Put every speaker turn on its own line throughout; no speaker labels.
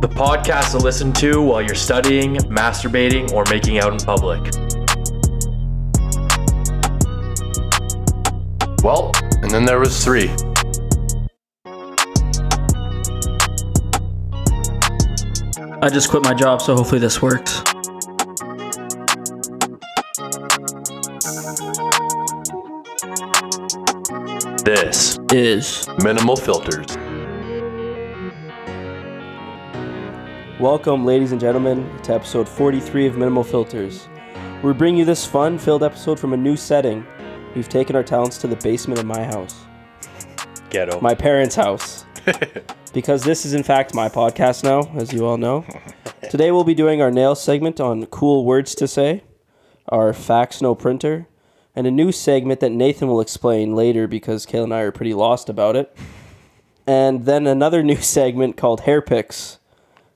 The podcast to listen to while you're studying, masturbating, or making out in public.
Well, and then there was three.
I just quit my job, so hopefully this works.
This.
Is
Minimal filters.
Welcome, ladies and gentlemen, to episode 43 of Minimal Filters. We bring you this fun filled episode from a new setting. We've taken our talents to the basement of my house,
Ghetto.
my parents' house, because this is, in fact, my podcast now, as you all know. Today, we'll be doing our nail segment on cool words to say, our fax no printer, and a new segment that Nathan will explain later because Kayla and I are pretty lost about it. And then another new segment called Hair Picks.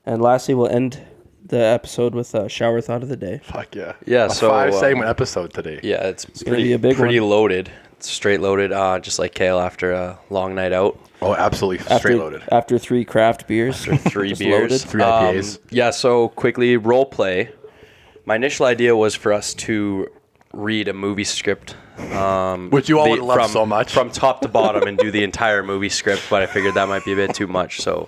And lastly, we'll end the episode with a shower thought of the day.
Fuck yeah.
Yeah,
A
so,
five
uh,
segment episode today.
Yeah, it's,
gonna
pretty
be a big
pretty
one.
loaded. It's straight loaded. Uh, just like Kale after a long night out,
Oh, absolutely
After,
straight loaded.
After three craft beers.
three
Just
beers, um,
loaded.
Three IPAs.
yeah. So quickly role play. My initial idea was for us to read a movie script, um,
Which you all would love
from,
so much.
from top to bottom, and do the entire movie script. But I figured that might be a bit too much. So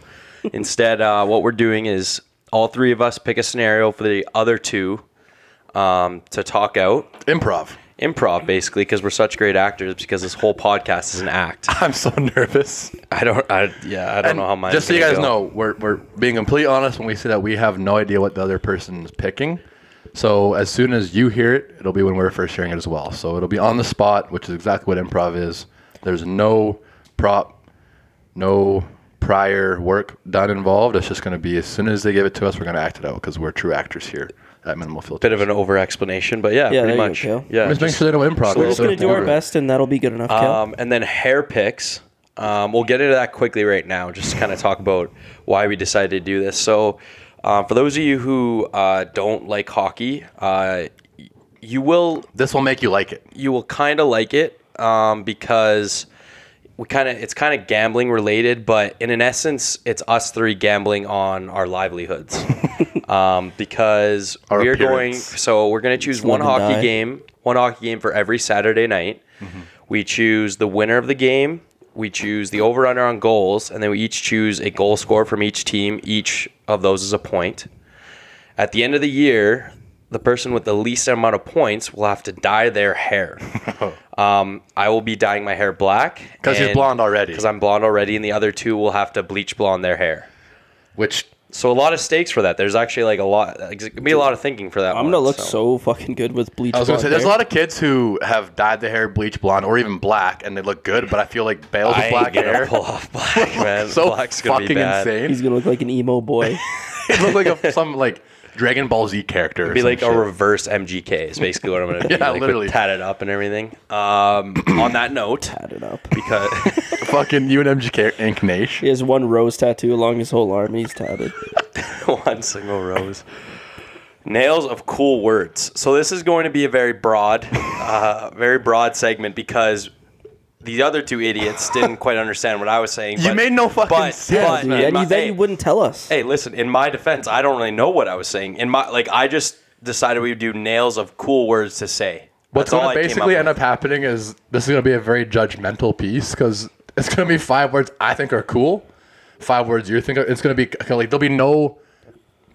instead, uh, what we're doing is all three of us pick a scenario for the other two um, to talk out.
Improv.
improv basically because we're such great actors because this whole podcast is an act
I'm so nervous.
i don't i yeah i don't know how much
Just so you guys know, we're, we're being complete honest when we say that we have no idea what the other person's picking. So as soon as you hear it, it'll be when we're first hearing it as well. So it'll be on the spot, which is exactly what improv is. There's no prop, no prior work done involved. It's just going to be as soon as they give it to us, we're going to act it out because we're true actors here at Minimal Filter.
bit of an over explanation but yeah,
Yeah,
pretty
there you
much
go, Kale.
yeah
just make sure they know improv.
We're just going to do our best, and that'll be good enough, Kel.
um, and then hair picks um, we'll get into that quickly right now just to kind of talk about why we decided to do this so uh, for those of you who uh, don't like hockey uh, y- you will
This will make you like it.
you will kind of like it um, because we kind of it's kind of gambling related, but in an essence, it's us three gambling on our livelihoods um, because
Our
we're going.
appearance.
So we're going to choose one
live and
hockey
die.
game, one hockey game for every Saturday night. We choose the winner of the game. We choose the over under on goals, and then we each choose a goal scorer from each team. Each of those is a point. At the end of the year, the person with the least amount of points will have to dye their hair. um, I will be dyeing my hair black
'Cause he's blonde already.
Because I'm blonde already, and the other two will have to bleach blonde their hair.
Which
So a lot of stakes for that. There's actually like a lot. Like, it could be a lot of thinking for that.
I'm
one,
going to look so. fucking good with bleach.
I was gonna
blonde
say, there's a
hair.
lot of kids who have dyed their hair bleach blonde or even black, and they look good. But I feel like Bale's
I ain't
black
gonna
hair
pull off black, man.
so
Black's gonna
fucking
be bad.
insane.
He's going to look like an emo boy.
He look like a, some like Dragon Ball Z character. or
be
some
like
shit.
a reverse MGK is basically what I'm gonna be.
Yeah,
like, with
literally.
tatted up and everything. Um, on that note,
Add it up.
because
fucking UNMGK Inc.
He
Nation.
has one rose tattoo along his whole arm, and he's tatted.
one single rose. Nails of cool words. So this is going to be a very broad, uh, very broad segment because the other two idiots didn't quite understand what I was saying.
You
but-
made no fucking
but-
sense,
but
Dude,
in
and
my-
you, then
hey,
you wouldn't tell us.
hey, listen. In my defense, I don't really know what I was saying. In my like, I just decided we would do nails of cool words to say.
What's
That's all
gonna
I came
basically
up
end
with.
up happening is this is gonna be a very judgmental piece because it's gonna be five words I think are cool, five words you think are, it's gonna be like there'll be no,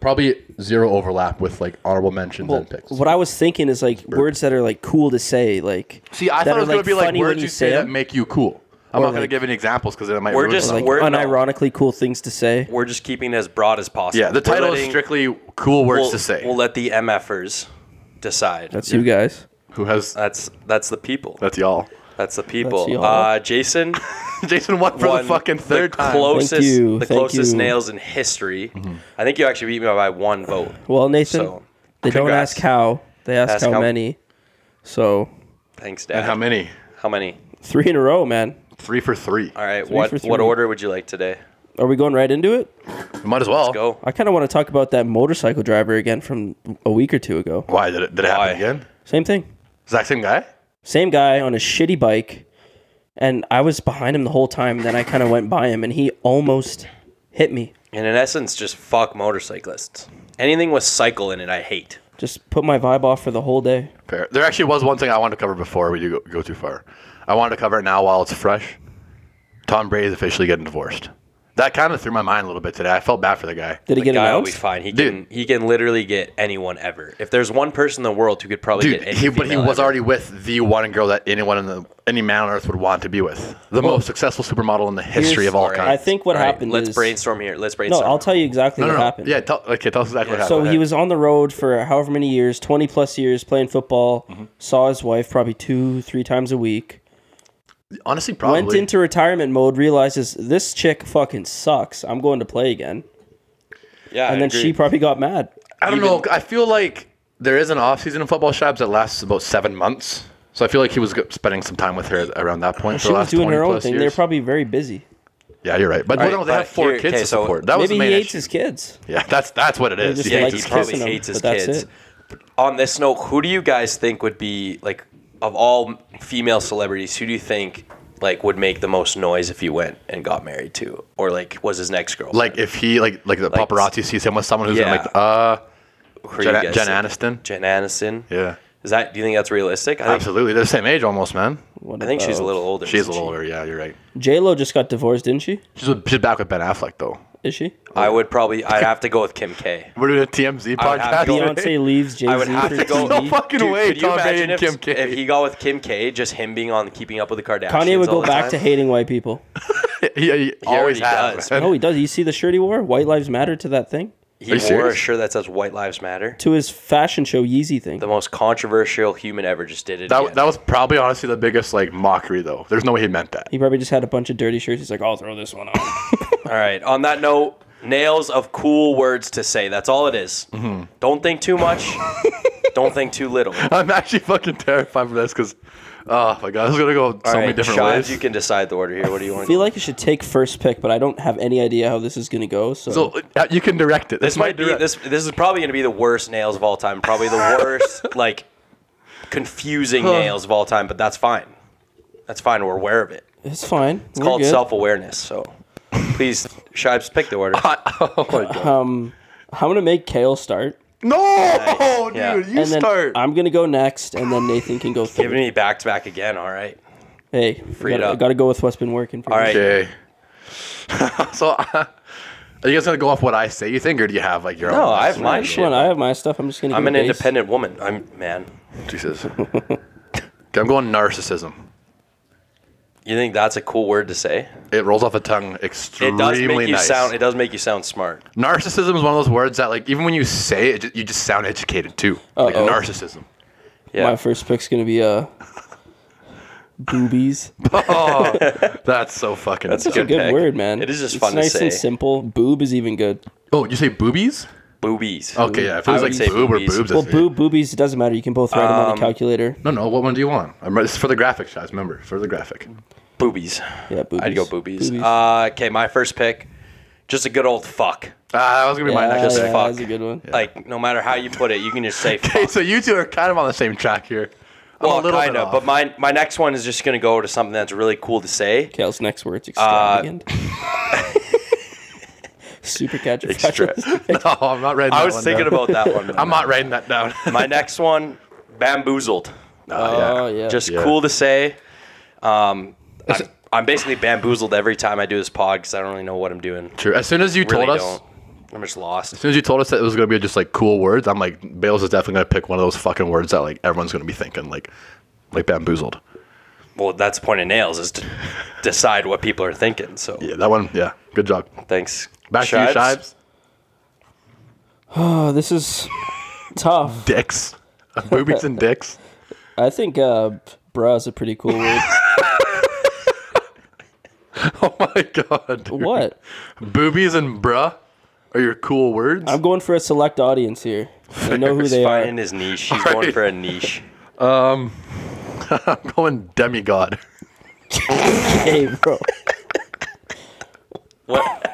probably zero overlap with like honorable mentions and picks.
What I was thinking is like words that are like cool to say, like
See,
that
I thought it
are,
was going to be like
funny when
words you say that
'em,
make you cool.
Or
I'm not going to
like-
give any examples because it might.
We're
ruin
just-
it.
like
word- no.
unironically cool things to say.
We're just keeping it as broad as possible.
yeah. The
We're
title is
letting-
strictly cool words
we'll,
to say.
We'll let the MFers decide.
That's you guys.
Who has?
That's that's the people.
that's y'all.
That's the people.
That's y'all.
uh, Jason
Jason won for
won
the fucking third
the
time.
closest
Thank you,
the
thank
closest
you. Mm-hmm.
nails in history. I think you actually beat me by one vote.
Well, Nathan,
So,
they don't
congrats.
ask how, they ask,
Ask
how,
how-
many. So
Thanks, Dad.
and how many?
How many?
three in a row, man.
Three for three.
All right.
Three
what
for three.
what order would you like today?
Are we going right into it?
We might as well
Go.
I kind of want to talk about that motorcycle driver again from a week or two ago.
Why did it? Did it
Why?
happen again?
Same thing.
Exact same guy.
Same guy on a shitty bike, and I was behind him the whole time. Then I kind of went by him, and he almost hit me.
And in essence, just fuck motorcyclists. Anything with cycle in it, I hate.
Just put my vibe off for the whole day.
Fair. There actually was one thing I wanted to cover before we do go, go too far. I wanted to cover it now while it's fresh. Tom Brady's officially getting divorced. That kind of threw my mind a little bit today. I felt bad for the guy.
Did he
The
get
guy will be
announced?
fine. He
Dude.
can he can literally get anyone ever. If there's one person in the world who could probably
Dude,
get any
he, but he
female
was
ever.
already with the one girl that anyone in the any man on earth would want to be with. The most successful supermodel in the history of all
Alright,
time.
I think what
alright,
happened
Let's
is-
brainstorm here. Let's
No,
brainstorm.
I'll tell you exactly
no, no,
what
no.
happened.
Yeah, tell, okay, tell us exactly what
So
happened.
he was on the road for however many years, 20 plus years, playing football.
Mm-hmm.
Saw his wife probably two, three times a week.
honestly probably
Went into retirement mode, realizes this chick fucking sucks. I'm going to play again.
yeah, I
And then she
agree.
probably got mad.
I don't
Even-
know. I feel like there is an off season in football shops that lasts about seven months. So I feel like he was go- spending some time with her around that point. for
She
the
was
last
doing her
20
own
plus
thing. They're
years.
probably very busy.
yeah, you're right. But
Alright,
no, they
but
have four
here-
kids
okay,
to
so
support. That was the
Maybe
main
he hates
issue.
his kids.
yeah, that's that's what it is.
just
He hates
likes
his
he
kissing
kids.
probably
them,
hates his
but that's
kids.
it.
On this note, who do you guys think would be like of all female celebrities? Who do you think like would make the most noise if he went and got married to, or like was his next girl?
Like if he like like the
Like-
paparazzi sees him with someone who's
Yeah.
gonna like uh
who
Jen,
do you guys
Jen
think?
Aniston.
Jen Aniston.
Yeah,
Is that? Do you think that's realistic? I think,
absolutely. They're the same age almost, man.
What
I think she's a
about-
little older.
Oh, She's a
isn't
little
she?
older. Yeah, you're right.
J-Lo just got divorced, didn't she?
She's, with- she's back with Ben Affleck though.
Is she?
I would probably. I'd have to go with Kim K.
We're doing a TMZ
I would have
podcast.
to go-
today.
Beyonce leaves Jay-Z
I would have
for
to go.
No
TV.
fucking way,
could you
Tom Brady
imagine
and
if-
Kim K.
If he got with Kim K, just him being on Keeping Up with the Kardashians.
Kanye would
all
go
the
back
time.
to hating white people.
he, he
already
always has.
does.
man.
No, he does. You see the shirt he wore? White Lives Matter to that thing?
He
Are
wore
you serious?
a shirt that says "White Lives Matter."
To his fashion show Yeezy thing.
The most controversial human ever just did it.
That,
again.
that was probably honestly the biggest like mockery though. There's no way he meant that.
He probably just had a bunch of dirty shirts. He's like, I'll throw this one on.
all right. On that note, nails of cool words to say. That's all it is.
Mm-hmm.
Don't think too much. don't think too little. All
I'm actually fucking terrified for this because, oh my god, this is gonna go so many
right,
different
Shives,
ways.
you can decide the order here. What do you want?
I feel like you should take first pick, but I don't have any idea how this is gonna go. So,
so uh, you can direct it.
this might be
direct-
this. This is probably going to be the worst nails of all time. Probably the worst, like confusing nails of all time. But that's fine. That's fine. We're aware of it.
it's fine. It's
It's called self awareness. So please, Shibes, pick the order.
oh my god.
I'm gonna make Kale start,
No, dude,
yeah.
you
and then
start.
I'm gonna go next, and then Nathan can go
Giving
third.
me back to back again. All right.
Hey,
it
I gotta,
up.
I gotta go with what's been working. For
All
me.
right.
okay. so, uh, are you guys gonna go off what I say? You think, or do you have like your own?
No, I have my
Which
shit.
one? I have my stuff. I'm just gonna.
I'm
give
an
it base.
independent woman. I'm man.
Jesus. okay, I'm going narcissism.
You think that's a cool word to say?
It rolls off the tongue extremely
It does make you
nice.
sound. It does make you sound smart.
narcissism is one of those words that like even when you say it, ju- you just sound educated too. Like
Uh-oh.
narcissism.
Yeah.
My first pick's gonna be uh, boobies.
Oh, that's so fucking.
That's
That's
a
It's a
good
good
pick.
word, man.
It is just
it's
fun to
nice and
say.
simple. Boob is even good.
oh, you say boobies?
Boobies.
Okay, yeah. If it
I
was
would
like
say
boob
boobies.
or boobs,
Well,
that's good.
boob, boobies. It doesn't matter. You can both write them
Um,
on a calculator.
No, no. What one do you want? I'm, it's for the graphic shots. Remember, for the graphic.
Boobies.
Yeah, boobies.
I'd go boobies. Uh, okay, my first pick. Just a good old fuck.
Ah, that was gonna be
yeah,
my next.
yeah,
pick.
fuck.
that's a good one.
Like no matter how you put it, you can just say
Okay,
fuck.
so you two are kind of on the same track here. I'm
well,
a little
kind
bit
of.
off.
But my my next one is just gonna go to something that's really cool to say.
Kale's next words
Uh,
extravagant. Super catchy.
Extra-
no, I'm not writing.
I
that
was
one
thinking
down.
about that one.
I'm not writing that down.
My next one, bamboozled.
Oh yeah.
Just
Yeah.
cool to say. Um, I'm, I'm basically bamboozled every time I do this pod because I don't really know what I'm doing.
True. As soon as you
Really
told us,
don't. I'm just lost.
as soon as you told us that it was gonna be just like cool words, I'm like, Bales is definitely gonna pick one of those fucking words that like everyone's gonna be thinking like, like bamboozled.
Well, that's the point of nails is to decide what people are thinking. So
Yeah, that one. Yeah, good job.
thanks.
Back to you, Shibes.
Oh, this is tough.
Dicks, boobies and dicks.
I think uh, "bruh" is a pretty cool word.
Oh my god. dude.
what?
Boobies and bruh are your cool words.
I'm going for a select audience here. I know who they
Finding
are.
his niche. He's going for a niche.
I'm going demigod.
Hey, bro.
What?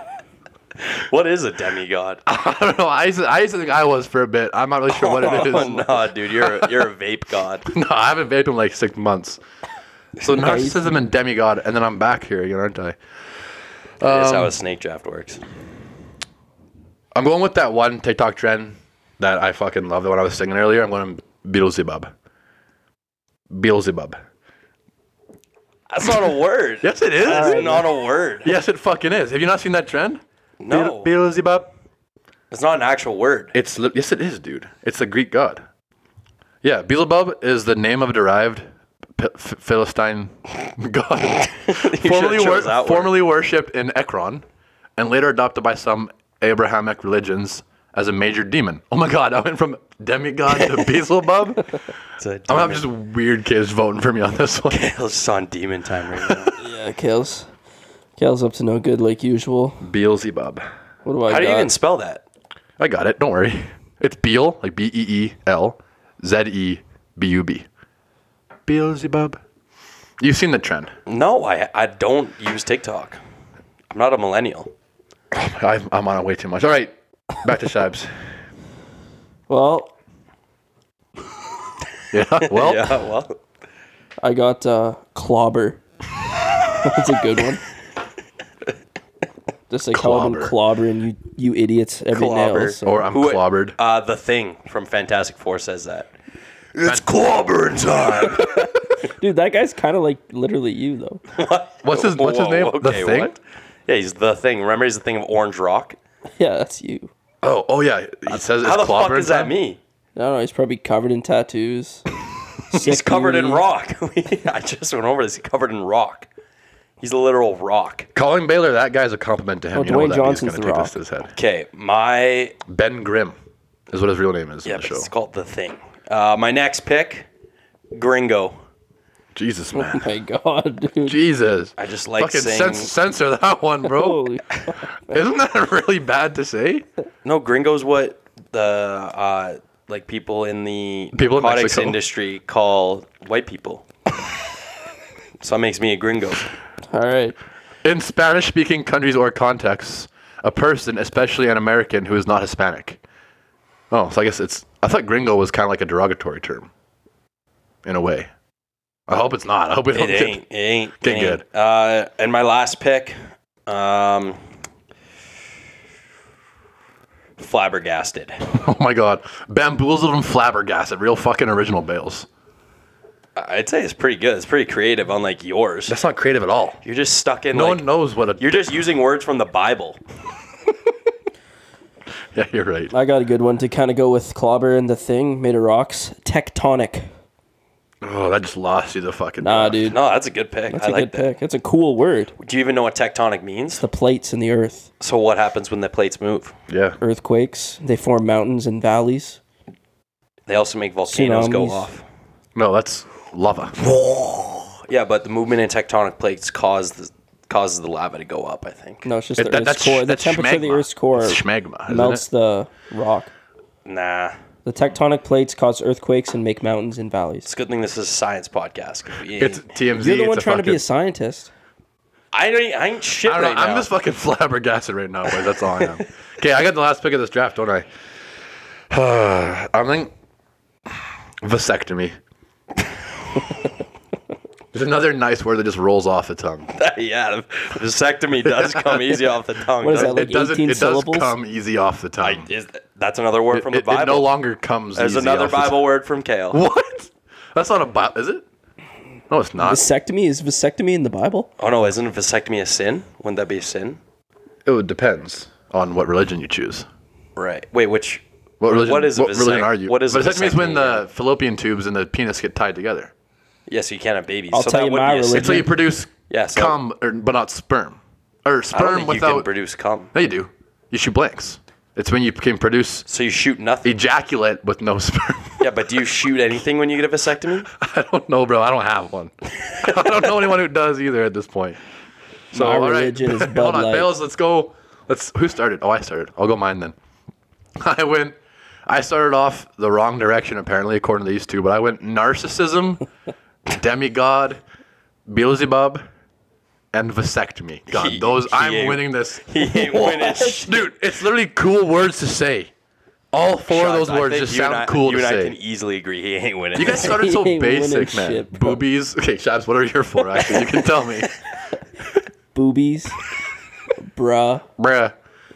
What is a demigod?
I don't know. I used, to, I used to think I was for a bit. I'm not really sure what it is.
Oh, no, dude, you're a, you're a vape god.
No, I haven't vaped in like six months. So
Nice.
narcissism and demigod, and then I'm back here again, aren't I?
That's
Um,
how a snake draft works.
I'm going with that one TikTok trend that I fucking love. The one I was singing earlier. I'm going Beelzebub. Beelzebub.
That's not a word.
Yes, it is.
That's not a word.
Yes, it fucking is. Have you not seen that trend?
No,
Beelzebub.
it's not an actual word.
It's li- yes, it is, dude. It's the Greek god. Yeah, Beelzebub is the name of a derived P- Ph- Philistine god, formerly,
chose
wor-
that word.
formerly worshipped in Ekron, and later adopted by some Abrahamic religions as a major demon. Oh my god, I went from demigod to Beelzebub.
It's a
I'm gonna have
demon.
just weird kids voting for me on this one.
It's just on demon time right now.
Yeah, Kale's. Kale's up to no good like usual.
Beelzebub.
What do I
How
got?
do you even spell that?
I got it. Don't worry. It's Beel, like B E E L Z E B U B. Beelzebub. You've seen the trend.
No, I I don't use TikTok. I'm not a millennial.
I've, I'm on it way too much. All right, back to Shabs.
well,
Yeah. Uh, Well,
Yeah, well,
I got uh, clobber. That's a good one. Just like call them
Clobber.
clobbering you, you idiots every
Clobber.
nail. So.
or I'm
Who-
clobbered.
uh, the thing from Fantastic Four says that.
It's clobbered time.
Dude, that guy's kind of like literally you though.
what's his What's his
Whoa,
name?
okay,
the thing.
what? Yeah, he's the thing. Remember, he's the thing of Orange Rock.
yeah, that's you.
Oh, oh yeah. He says it's
How the fuck
clobbered
is that
time.
me?
No, no, he's probably covered in tattoos.
He's covered in rock. I just went over this. He's covered in rock. He's a literal rock.
Calling Baylor that guy's a compliment to him.
Oh,
you know what
Dwayne
that means. He's
Johnson's The
gonna take
Rock.
this to his head.
Okay, my
Ben Grimm is what his real name is
yeah,
in
but
the show.
it's called the thing. Uh, my next pick, Gringo.
Jesus
Oh
man.
my god, dude.
Jesus.
I just like
fucking
saying-
cens- censor that one, bro.
Holy
Isn't that really bad to say?
No, Gringo's what the uh, like people in the
People in
narcotics
Mexico.
industry call white people. so that makes me a gringo.
All right.
In Spanish-speaking countries or contexts, a person, especially an American who is not Hispanic. Oh, so I guess it's. I thought "gringo" was kind of like a derogatory term, in a way. I hope it's not. I hope we
It
don't get-
ain't. It ain't. it
Get
ain't. Uh, and my last pick, um, flabbergasted.
Oh my god, bamboozled and flabbergasted. Real fucking original bales.
I'd say it's pretty good. It's pretty creative, unlike yours.
That's not creative at all.
You're just stuck in.
No
like,
one knows what a.
You're just using words from the Bible.
yeah, you're right.
I got a good one to kind of go with clobber and the thing made of rocks. Tectonic.
Oh, that just lost you the fucking.
Nah, dude.
No, that's a good pick.
That's
I
a
like
good
that.
pick. That's a cool word.
Do you even know what tectonic means?
The plates in the earth,
So what happens when the plates move?
Yeah.
earthquakes, they form mountains and valleys.
They also make volcanoes go
Tsunamis.
off.
No, that's lava.
Yeah, but the movement in tectonic plates cause the, causes the lava to go up. I think.
No, it's just the
It- that-
earth's
that's sh-
core. The
that's
temperature of the
schmagma.
earth's core
It's schmagma, isn't
melts the rock.
Nah,
The tectonic plates cause earthquakes and make mountains and valleys.
it's a good thing this is a science podcast. 'cause we ain't-
It's TMZ.
You're the
it's
one
a
trying to be
fucking-
a scientist.
I ain't, I ain't shit
I don't
right
know.
now.
I'm just fucking flabbergasted right now, boys. That's all I am. Okay, I got the last pick of this draft, don't I? I think vasectomy. There's another nice word that just rolls off the tongue.
yeah, the vasectomy does come easy off the tongue.
What is
doesn't
that, like
it doesn't.
18
It
syllables?
does come easy off the tongue.
it? Is- that's another word from the
it, it
Bible.
no longer comes.
There's
easy
another
off the
Bible word from Kale.
tongue. What? That's not a Bible, is it? No, it's not.
Vasectomy is vasectomy in the Bible?
Oh no, isn't vasectomy a sin? Wouldn't that be a sin?
It would- depends on what religion you choose.
Right. Wait, which?
What religion?
What is a
what religion
vasect-
are you?
what is a
vasectomy? Is when
vasectomy,
the fallopian tubes and the penis get tied together.
Yes, you can't have babies.
I'll
so
tell
that
you
would
my
be a sin.
religion.
Until you produce
Yeah, so-
cum, or, but not sperm. Or
I don't
sperm
think you
without.
can produce cum.
no, you do. You shoot blanks. It's when you can produce
So you shoot nothing.
ejaculate with no sperm.
Yeah, but do you shoot anything when you get a vasectomy?
I don't know, bro. I don't have one. I don't know anyone who does either at this point. So,
My
all right.
religion is Bud
Hold on,
Light.
Bales, let's go. Let's. Who started? Oh, I started. I'll go mine then. I went. I started off the wrong direction, apparently, according to these two, but I went narcissism, demigod, Beelzebub, and vasectomy. God,
He-
those
he
I'm
ain't-
winning this.
He ain't winning shit.
Dude, it's literally cool words to say. All four of those
I
words
think
just
you and
sound
I-
cool
You and
to
I
say.
can easily agree he ain't winning.
you guys started so
He ain't winning
basic, man.
shit, bro.
Boobies. Okay, Shabs, what are you here for? Actually, you can tell me,
Boobies. Bruh.
bruh.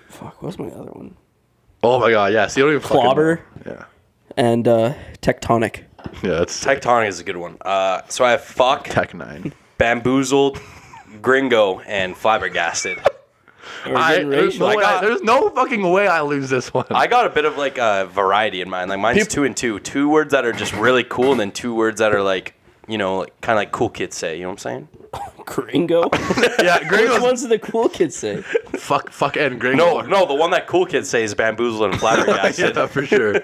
Fuck, what's my other one?
Oh my god, yeah. So you don't even fucking
Clobber.
know.
And uh, tectonic.
Yeah, yeah. That's tech,
Tectonic is a good one. Uh, so I have fuck,
tech nine.
bamboozled, gringo, and flabbergasted.
I, there's, no
I
way I-
got-
there's no fucking way I lose this one.
I got a bit of like a variety in mine. Like mine's two and two. Two words that are just really cool, and then two words that are like, you know, like, kind of like cool kids say. You know what I'm saying?
Gringo.
yeah,
Which
Gringo's
ones do the cool kids say?
fuck, fuck, and Gringo.
No, no. The one that cool kids say is bamboozled and flabbergasted.
yeah, for sure.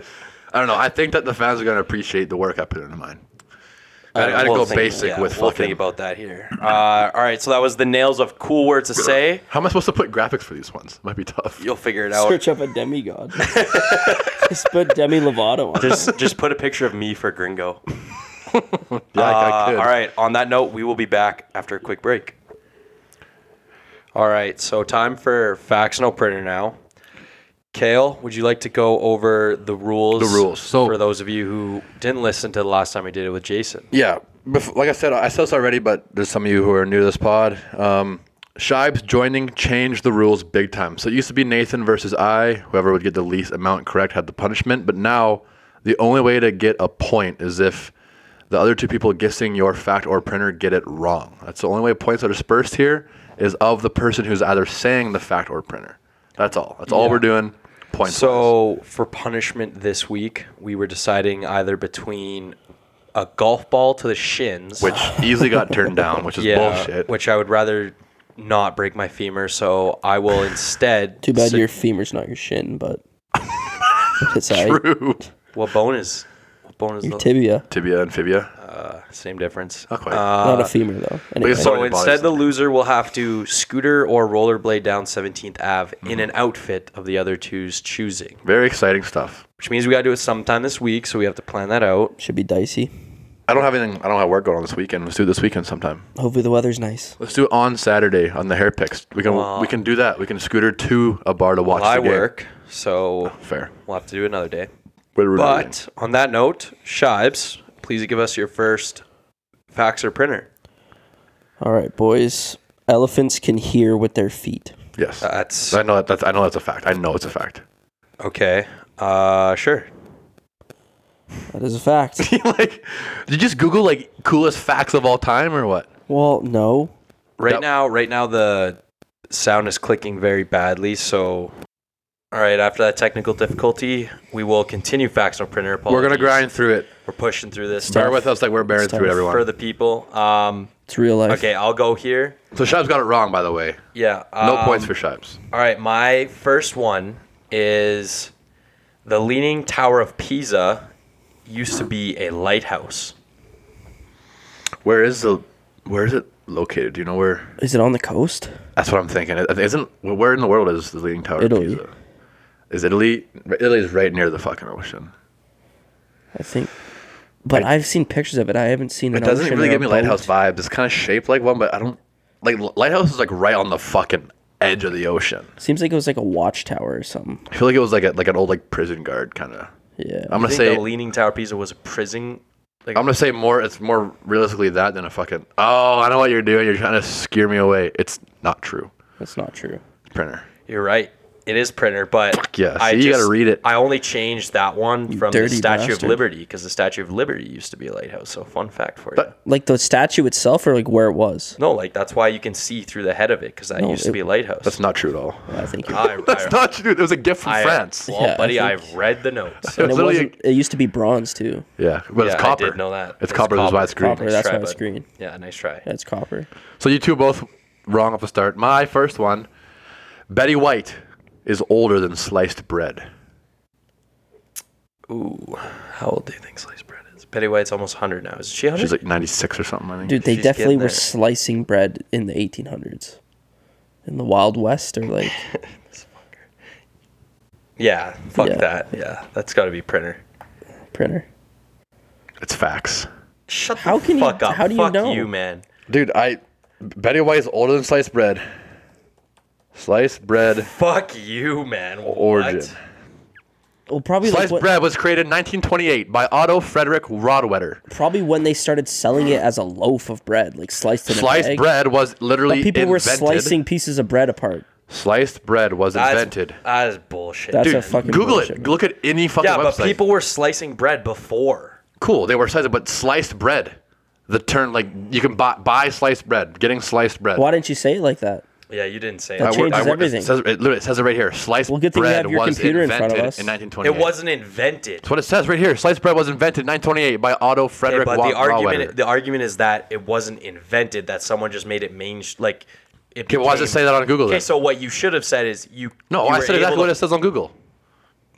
I don't know. I think that the fans are gonna appreciate the work I put into mine. I, I gotta
We'll
go
think-
basic
yeah,
with
We'll
fucking.
think about that here. Uh, all right. So that was the nails of cool words to say.
How am I supposed to put graphics for these ones? Might be tough.
You'll figure it out.
Search up a demigod. Just put Demi Lovato on.
Just, just put a picture of me for gringo.
yeah, I, I
Uh,
could.
all right. On that note, we will be back after a quick break. All right. So time for fax no printer now. Kale, would you like to go over the rules?
The rules. So-
for those of you who didn't listen to the last time we did it with Jason,
Yeah, bef- like I said, I said this already, but there's some of you who are new to this pod. Um, Shibes joining changed the rules big time. So it used to be Nathan versus I. Whoever would get the least amount correct had the punishment. But now the only way to get a point is if the other two people guessing your fact or printer get it wrong. That's the only way points are dispersed here is of the person who's either saying the fact or printer. That's all. That's all we're doing. Points.
So for punishment this week, we were deciding either between a golf ball to the shins,
which easily got turned down, which is bullshit.
which I would rather not break my femur, so I will instead.
Too bad
say-
your femur's not your shin, but it's all right.
True.
What bone is? What bone is
Your
the
tibia,
Tibia and fibia.
same difference? Uh,
Not quite.
not a femur though. Anyway,
Uh, it's
So
Sorry, boys.
instead, the loser will have to scooter or rollerblade down 17th Ave
Mm-hmm.
in an outfit of the other two's choosing,
Very exciting stuff.
which means we got to do it sometime this week. So we have to plan that out.
should be dicey.
I don't have anything. I don't have work going on this weekend. Let's do it this weekend sometime.
Hopefully the weather's nice.
Let's do it on Saturday on the hair picks. We can we can do that. We can scooter to a bar to watch.
I
the game.
work, so
Fair.
we'll have to do it another day.
We're rooting again.
But on that note, Shibes, please give us your first fax or printer.
All right, boys. Elephants can hear with their feet.
yes,
That's
I know that, that's I know that's a fact. I know it's a fact.
okay. Uh, sure.
That is a fact.
like, did you just Google like coolest facts of all time or what?
well, no.
Right
Yep.
now, right now the sound is clicking very badly. So, all right. After that technical difficulty, we will continue fax no printer.
We're gonna
Apologies.
grind through it.
We're pushing through this
Bear with us, like we're bearing through
tough.
it, everyone.
for the people. Um,
It's real life.
okay, I'll go here.
so Shibes got it wrong, by the way.
Yeah.
No
um,
points for Shibes.
All right, my first one is the Leaning Tower of Pisa used to be a lighthouse.
Where is the where is it located? Do you know where?
Is it on the coast?
That's what I'm thinking. It- Isn't where in the world is the leading tower? of
Italy.
Pisa? Is Italy? Italy is right near the fucking ocean.
I think. But I, have seen pictures of it. I haven't seen
It
an
doesn't
ocean
really
or
give me
a
lighthouse
boat.
vibes. It's kind of shaped like one, but I don't like l- lighthouse is like right on the fucking edge of the ocean.
Seems like it was like a watchtower or something.
I feel like it was like a, like an old like prison guard kind of.
Yeah.
I'm
I
gonna
think
say
the Leaning Tower of Pisa was a prison.
I'm gonna say more. It's more realistically that than a fucking. Oh, I know what you're doing. You're trying to scare me away. It's not true.
That's not true.
Printer.
You're right. It is printer, but
yeah,
I
see, you gotta
just-
read it.
I only changed that one from the
dirty
Statue of
bastard.
Liberty because the Statue of Liberty used to be a lighthouse. So fun fact for you.
But-
Like the statue itself, or like where it was.
no, like that's why you can see through the head of it because that
No,
used to
it-
be a lighthouse.
That's not true at all.
I think.
Uh,
You're,
I,
That's
I-
not true. It was a gift from
I-
France.
Well,
Yeah, I
buddy,
think-
I've read the notes.
and it
literally-
wasn't. It used to be bronze too.
Yeah, but
Yeah,
it's
I
copper.
did know that.
It's, copper. That's why it's green.
Copper, that's why
bud.
it's green.
Yeah, nice try.
That's copper.
So you two both wrong off the start. My first one, Betty White is older than sliced bread.
Ooh, how old do you think sliced bread is? Betty White's almost 100 now. Is she 100?
She's like 96 or something. I think.
Dude, they
She's
definitely
getting there.
were slicing bread in the 1800s, in the Wild West, or like
yeah, fuck
Yeah.
that. Yeah, that's got to be printer.
printer.
It's facts.
Shut
How
the
can you-
fuck up.
how do you
fuck
know?
you, man.
Dude, I Betty White's older than sliced bread. Sliced bread
Fuck you, man.
origin.
What?
Well, probably like
Sliced
what,
bread was created in 1928 by Otto Frederick Rodwetter.
probably when they started selling it as a loaf of bread, like sliced in a
Sliced
bag.
bread was literally
But people were
invented.
slicing pieces of bread apart.
Sliced bread was invented.
That is bullshit.
That's
dude.
a fucking
Google
bullshit,
it. Look at any fucking
yeah,
website.
but people were slicing bread before.
cool. They were sliced, but sliced bread. The turn like you can buy, buy sliced bread. Getting sliced bread.
Why didn't you say it like that?
Yeah, you didn't say
That
that.
I wor- I
changes
wor-
everything.
It says, it literally says it right here. Sliced
Well, good thing you
bread
have your
was
computer in front of
invented in,
us.
1928.
It wasn't invented.
That's what it says right here. Sliced bread was invented in 1928 by Otto
Okay,
Frederick
but
Wa-
the argument
Rawetter.
the argument is that it wasn't invented. That someone just made it main like. It
Okay, why does it
became-
say that on Google?
Okay,
then?
so what you should have said is you.
no,
you
I
were
said exactly
able
what
to-
it says on Google.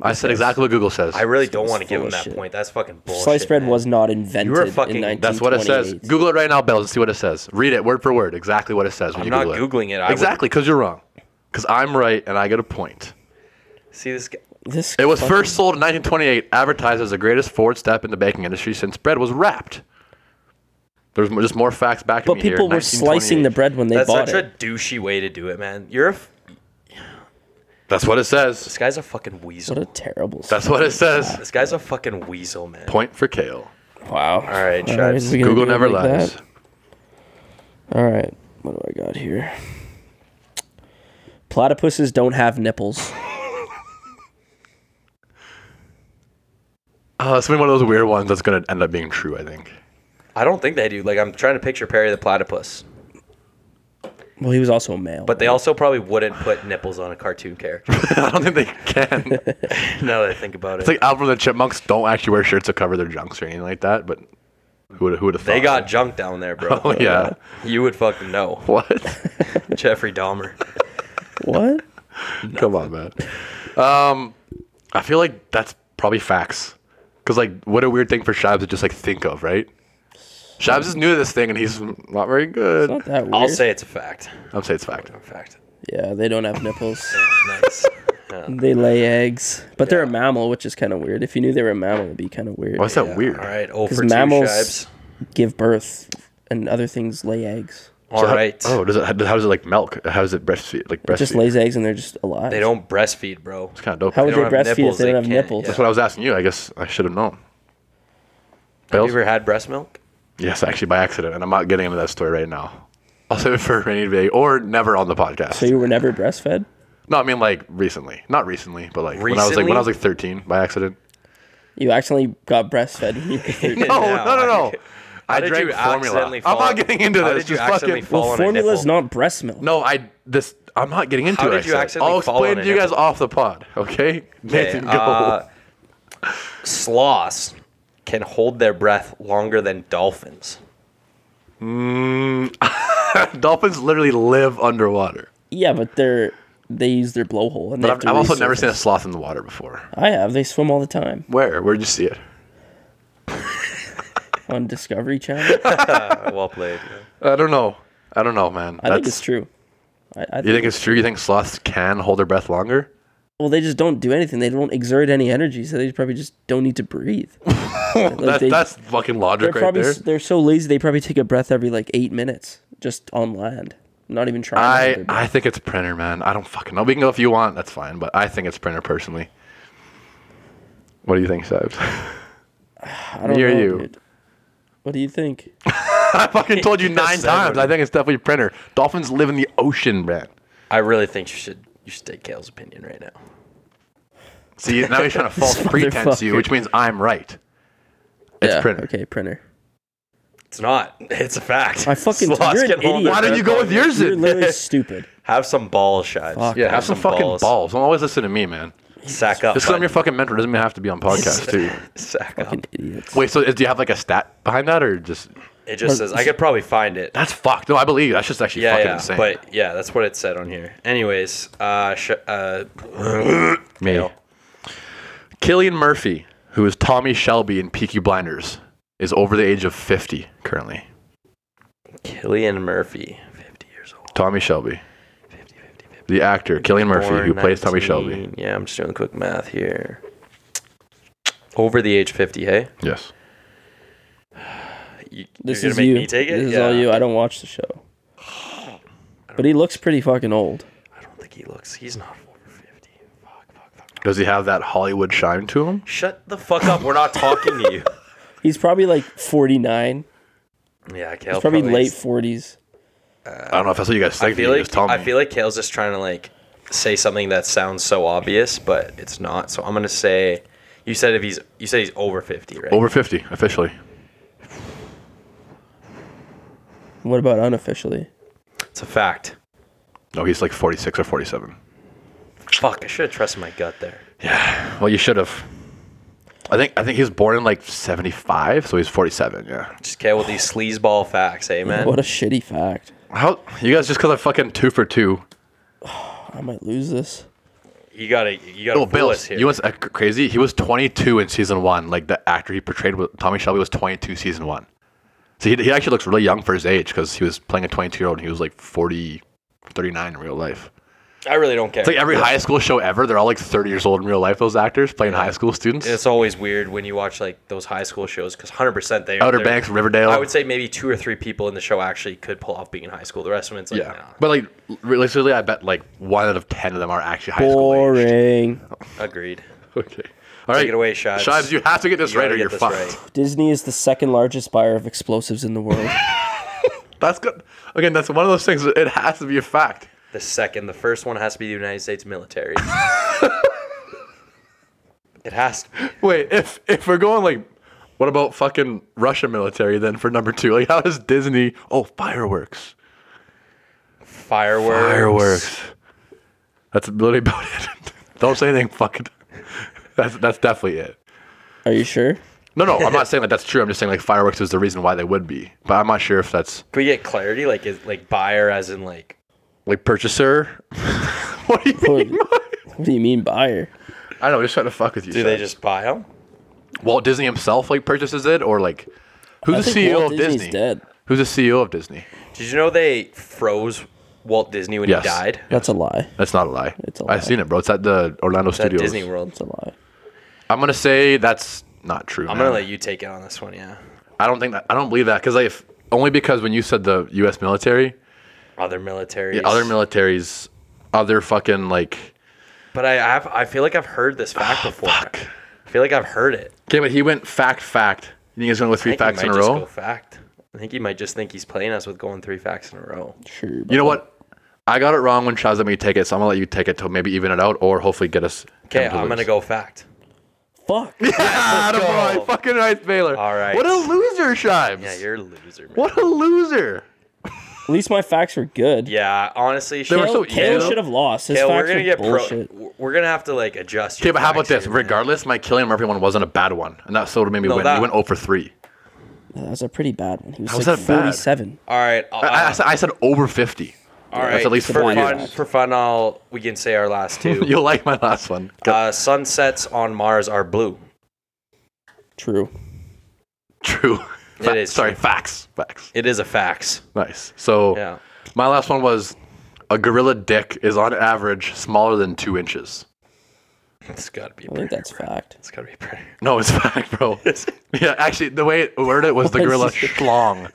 I said exactly what Google says.
I really don't want to give
full
him
of
that
shit.
point. That's fucking bullshit.
Sliced bread
man.
was not invented
were fucking-
in 1928.
That's what it says. Google it right now, Bells, and see what it says. Read it word for word, exactly what it says. When
I'm
you
not
Google
Googling it. I
exactly, because you're wrong. Because I'm right, and I get a point.
See this guy.
This
It was
fucking-
first sold in 1928, advertised as the greatest forward step in the baking industry since bread was wrapped. There's mo- just more facts back
But people were slicing the bread when they
That's
bought
such
it.
a douchey way to do it, man. You're a f-
That's what it says.
this guy's a fucking weasel.
What a terrible.
That's what it says.
This guy's a fucking weasel, man.
Point for Kale.
Wow.
All right,
All
Chad.
right, is we gonna
Google
do it
never
like
lies.
that? All right. What do I got here? Platypuses don't have nipples.
Oh, it's gonna be one of those weird ones that's gonna end up being true. I think.
I don't think they do. Like I'm trying to picture Perry the platypus,
Well, he was also a male.
but they also probably wouldn't put nipples on a cartoon character.
I don't think they can. it's
now that I think about it,
like Alvin and the Chipmunks don't actually wear shirts to cover their junks or anything like that. But who would who would have thought?
they got junk down there, bro.
Oh yeah.
You would fucking know,
What?
Jeffrey Dahmer.
what?
Come on, man. Um, I feel like that's probably facts. Cause like, what a weird thing for Shabs to just like think of, right? Shabs is new to this thing, and he's not very good.
Not that weird.
I'll say it's a fact.
I'm saying it's fact.
Fact.
Yeah, they don't have nipples.
Nice. Yeah.
they lay eggs, but they're a mammal, which is kind of weird. If you knew they were a mammal, it'd be kind of weird.
Why is that weird?
All right. Oh,
Because
for
mammals
two shibes.
give birth, and other things lay eggs.
All right.
Oh, does it? How does it like milk? How does it breastfeed? Like breastfeed?
Just lays eggs, and they're just alive.
They don't breastfeed, bro.
Kind of dope.
How would they,
they don't have
breastfeed
nipples,
if they
they
don't have
can't,
nipples?
yeah.
That's what I was asking you. I guess I should have known.
Have
Bales?
you ever had breast milk?
Yes, actually by accident, and I'm not getting into that story right now. I'll save it for a rainy day or never on the podcast.
So you were never breastfed?
no, I mean like recently, not recently, but like when I was like when I was like 13 by accident.
You actually got breastfed when you were 13.
No,
now,
Oh, no, no, no. I
did
drank
you
formula.
accidentally
I'm
fall-
not getting into
how
this.
did you
Just fucking-
accidentally fall
Well,
on a
formula's
nipple?
not breast milk.
No, I this I'm not getting into
How
it.
did you
I said.
accidentally
I'll
fall
explain
on
to
a
you guys
nipple?
off the pod, okay? Nathan, go.
uh, sloths can hold their breath longer than dolphins.
Dolphins literally live underwater.
Yeah, but they're they use their blowhole. And they
But
have
I've,
to
I've also never
resurface.
seen a sloth in the water before.
I have. They swim all the time
Where? Where'd you see it?
on Discovery Channel. I
Uh, well played.
I don't know. I don't know, man.
think it's true. I, I
You
think,
think it's true? You think sloths can hold their breath longer?
well, they just don't do anything. They don't exert any energy, so they probably just don't need to breathe. Like,
That,
they-
that's fucking
they're
logic right
probably
there.
s- they're so lazy. They probably take a breath every like eight minutes, just on land, not even trying. to hold
I
their breath.
I think it's printer, man. I don't fucking know. We can go if you want. That's fine. But I think it's printer personally. What do you think, Sibes?
I don't
me or
know,
you?
dude. What do you think?
I fucking told you nine
Sibes.
times. I think it's definitely printer. Dolphins live in the ocean, man.
I really think you should you should take Kale's opinion right now.
See, now he's trying to false pretense you,
motherfucker.
which means I'm right. It's
yeah.
printer.
Okay, printer.
It's not. It's a fact.
I fucking-
Sloths
you're an
can hold
idiot.
their
Why did you
breath
go with
longer.
yours?
You're
Then?
literally stupid.
Have some balls, Shives.
Fuck.
Yeah, have some, fucking balls.
balls.
Don't always listen to me, man.
Sack up.
Just because I'm
bud.
your fucking mentor doesn't mean I have to be on podcasts too.
Sack up.
Fucking idiots.
Wait, so is- do you have like a stat behind that, or just
It just says I could probably find it.
that's fucked? No, I believe you. that's just actually
Yeah,
fucking
yeah.
insane.
But yeah, that's what it said on here. Anyways, uh, sh- uh,
Male. Killian Murphy, who is Tommy Shelby in Peaky Blinders, is over the age of 50 currently.
Killian Murphy, 50 years old.
Tommy Shelby.
50, 50, 50.
The actor, Killian Murphy,
Born
who plays Tommy
19.
Shelby.
Yeah, I'm just doing quick math here. Over the age 50, hey?
Yes.
You,
This
you're
is
gonna
you.
make me take it?
This is
Yeah.
all you. I don't watch the show. But he looks pretty fucking old.
I don't think he looks. He's not over fifty. Fuck, fuck, fuck.
Does he have that Hollywood shine to him?
Shut the fuck up. We're not talking to you.
He's probably like 49.
Oh, Yeah, Kale.
He's probably late 40s.
I don't know if that's what you guys think.
I feel
you
like
just tell
I
me.
feel like Kale's just trying to like say something that sounds so obvious, but it's not. So I'm gonna say, you said if he's you said he's over fifty, right?
over fifty officially.
What about unofficially?
It's a fact.
No, he's like forty six or forty seven.
Fuck, I should have trusted my gut there.
Well, you should have. I think I think he was born in like seventy five, so he's forty seven. Yeah.
Just Kale with these sleazeball facts, eh, man?
What a shitty fact.
How you guys just because I fucking two for two?
I might lose this.
you gotta you gotta
Oh,
fool
Bill,
us here.
you was crazy. He was twenty two in season one. Like the actor he portrayed with Tommy Shelby was twenty two season one. So he, he actually looks really young for his age because he was playing a 22 year old and he was like 40, 39 in real life.
I really don't care.
It's like every high school show ever, they're all like 30 years old in real life, those actors playing high school students.
it's always weird when you watch like those high school shows because 100% they
Outer
they're-
Banks, Riverdale.
I would say maybe two or three people in the show actually could pull off being in high school. The rest of it's like,
yeah. But like, realistically, I bet like one out of 10 of them are actually high school age.
Boring.
nah, agreed.
Okay. All right.
it away, Shives.
Shives, you have to get this
You
right
gotta
or
get
you're
this
fucked.
right.
Disney is the second largest buyer of explosives in the world.
That's good. Again, that's one of those things. It has to be a fact.
The second, the first one has to be the United States military. it has to. be.
Wait, if if we're going like, what about fucking Russian military then for number two? Like, how does Disney? Oh, fireworks.
Fireworks.
Fireworks. That's literally about it. Don't say anything. Fucking. That's that's definitely it.
Are you sure?
No, no, I'm not saying that that's true. I'm just saying like fireworks is the reason why they would be, but I'm not sure if that's
Can we get clarity? Like, is like buyer as in like
like purchaser. what do you
Or-
mean?
what do you mean buyer?
I know, just trying to fuck with you.
do they
Shives.
just buy them?
Walt Disney himself like purchases it, or like who's
I
the
think
E
CEO
Walt
of
Disney's
Disney?
dead.
Who's the CEO of Disney?
Did you know they froze Walt Disney when
Yes.
he died?
That's a lie.
That's not a lie.
It's a lie.
I've seen it, bro. It's at the Orlando
At
Studios.
Disney World.
It's a lie.
I'm gonna say that's not true.
I'm gonna let you take it on this one, yeah.
I don't think that. I don't believe that because if only because when you said the U.S. military,
Other military.
the other militaries, other fucking like.
But I have, I feel like I've heard this fact
Oh,
before. I feel like I've heard it.
Okay, but he went fact fact. You think he's going with
I
three
think he
facts in
might
a
just
row?
Go fact. I think he might just think he's playing us with going three facts in a row.
Sure.
You know what? I got it wrong when Shaz let me take it, so I'm gonna let you take it to maybe even it out or hopefully get us.
Okay,
him to
I'm gonna
lose.
go fact.
Fuck.
Ah,
go.
boy, fucking right, Baylor.
All right.
What a loser, Shives.
Yeah, you're a loser. Man.
What a loser.
At least my facts were good.
Yeah, honestly,
were
Shale-
so
Taylor
Yeah.
should have lost. His
Shale,
facts
we're gonna
are
get pro.
bullshit.
We're gonna have to like adjust.
Okay,
your
but how about
facts
this?
here, man.
Regardless, my Killian Murphy one wasn't a bad one, and that sort of made me
No,
win.
that-
you went 0 for 3.
That was a pretty bad one. He was
was
like
that bad?
47.
All right, uh,
I, I, said, I said over 50.
all right.
That's at least
for
four
fun.
years.
For fun, I'll we can say our last two.
You'll like my last one.
uh, sunsets on Mars are blue.
True.
True. Fa-
is
Sorry,
true.
facts. Facts.
It is a fax.
Nice. So
Yeah.
my last one was a gorilla dick is on average smaller than two inches.
It's gotta be.
I think that's fact.
It's gotta be pretty.
No, it's fact, bro. yeah, actually, the way it worded it was the gorilla
What is it?
schlong.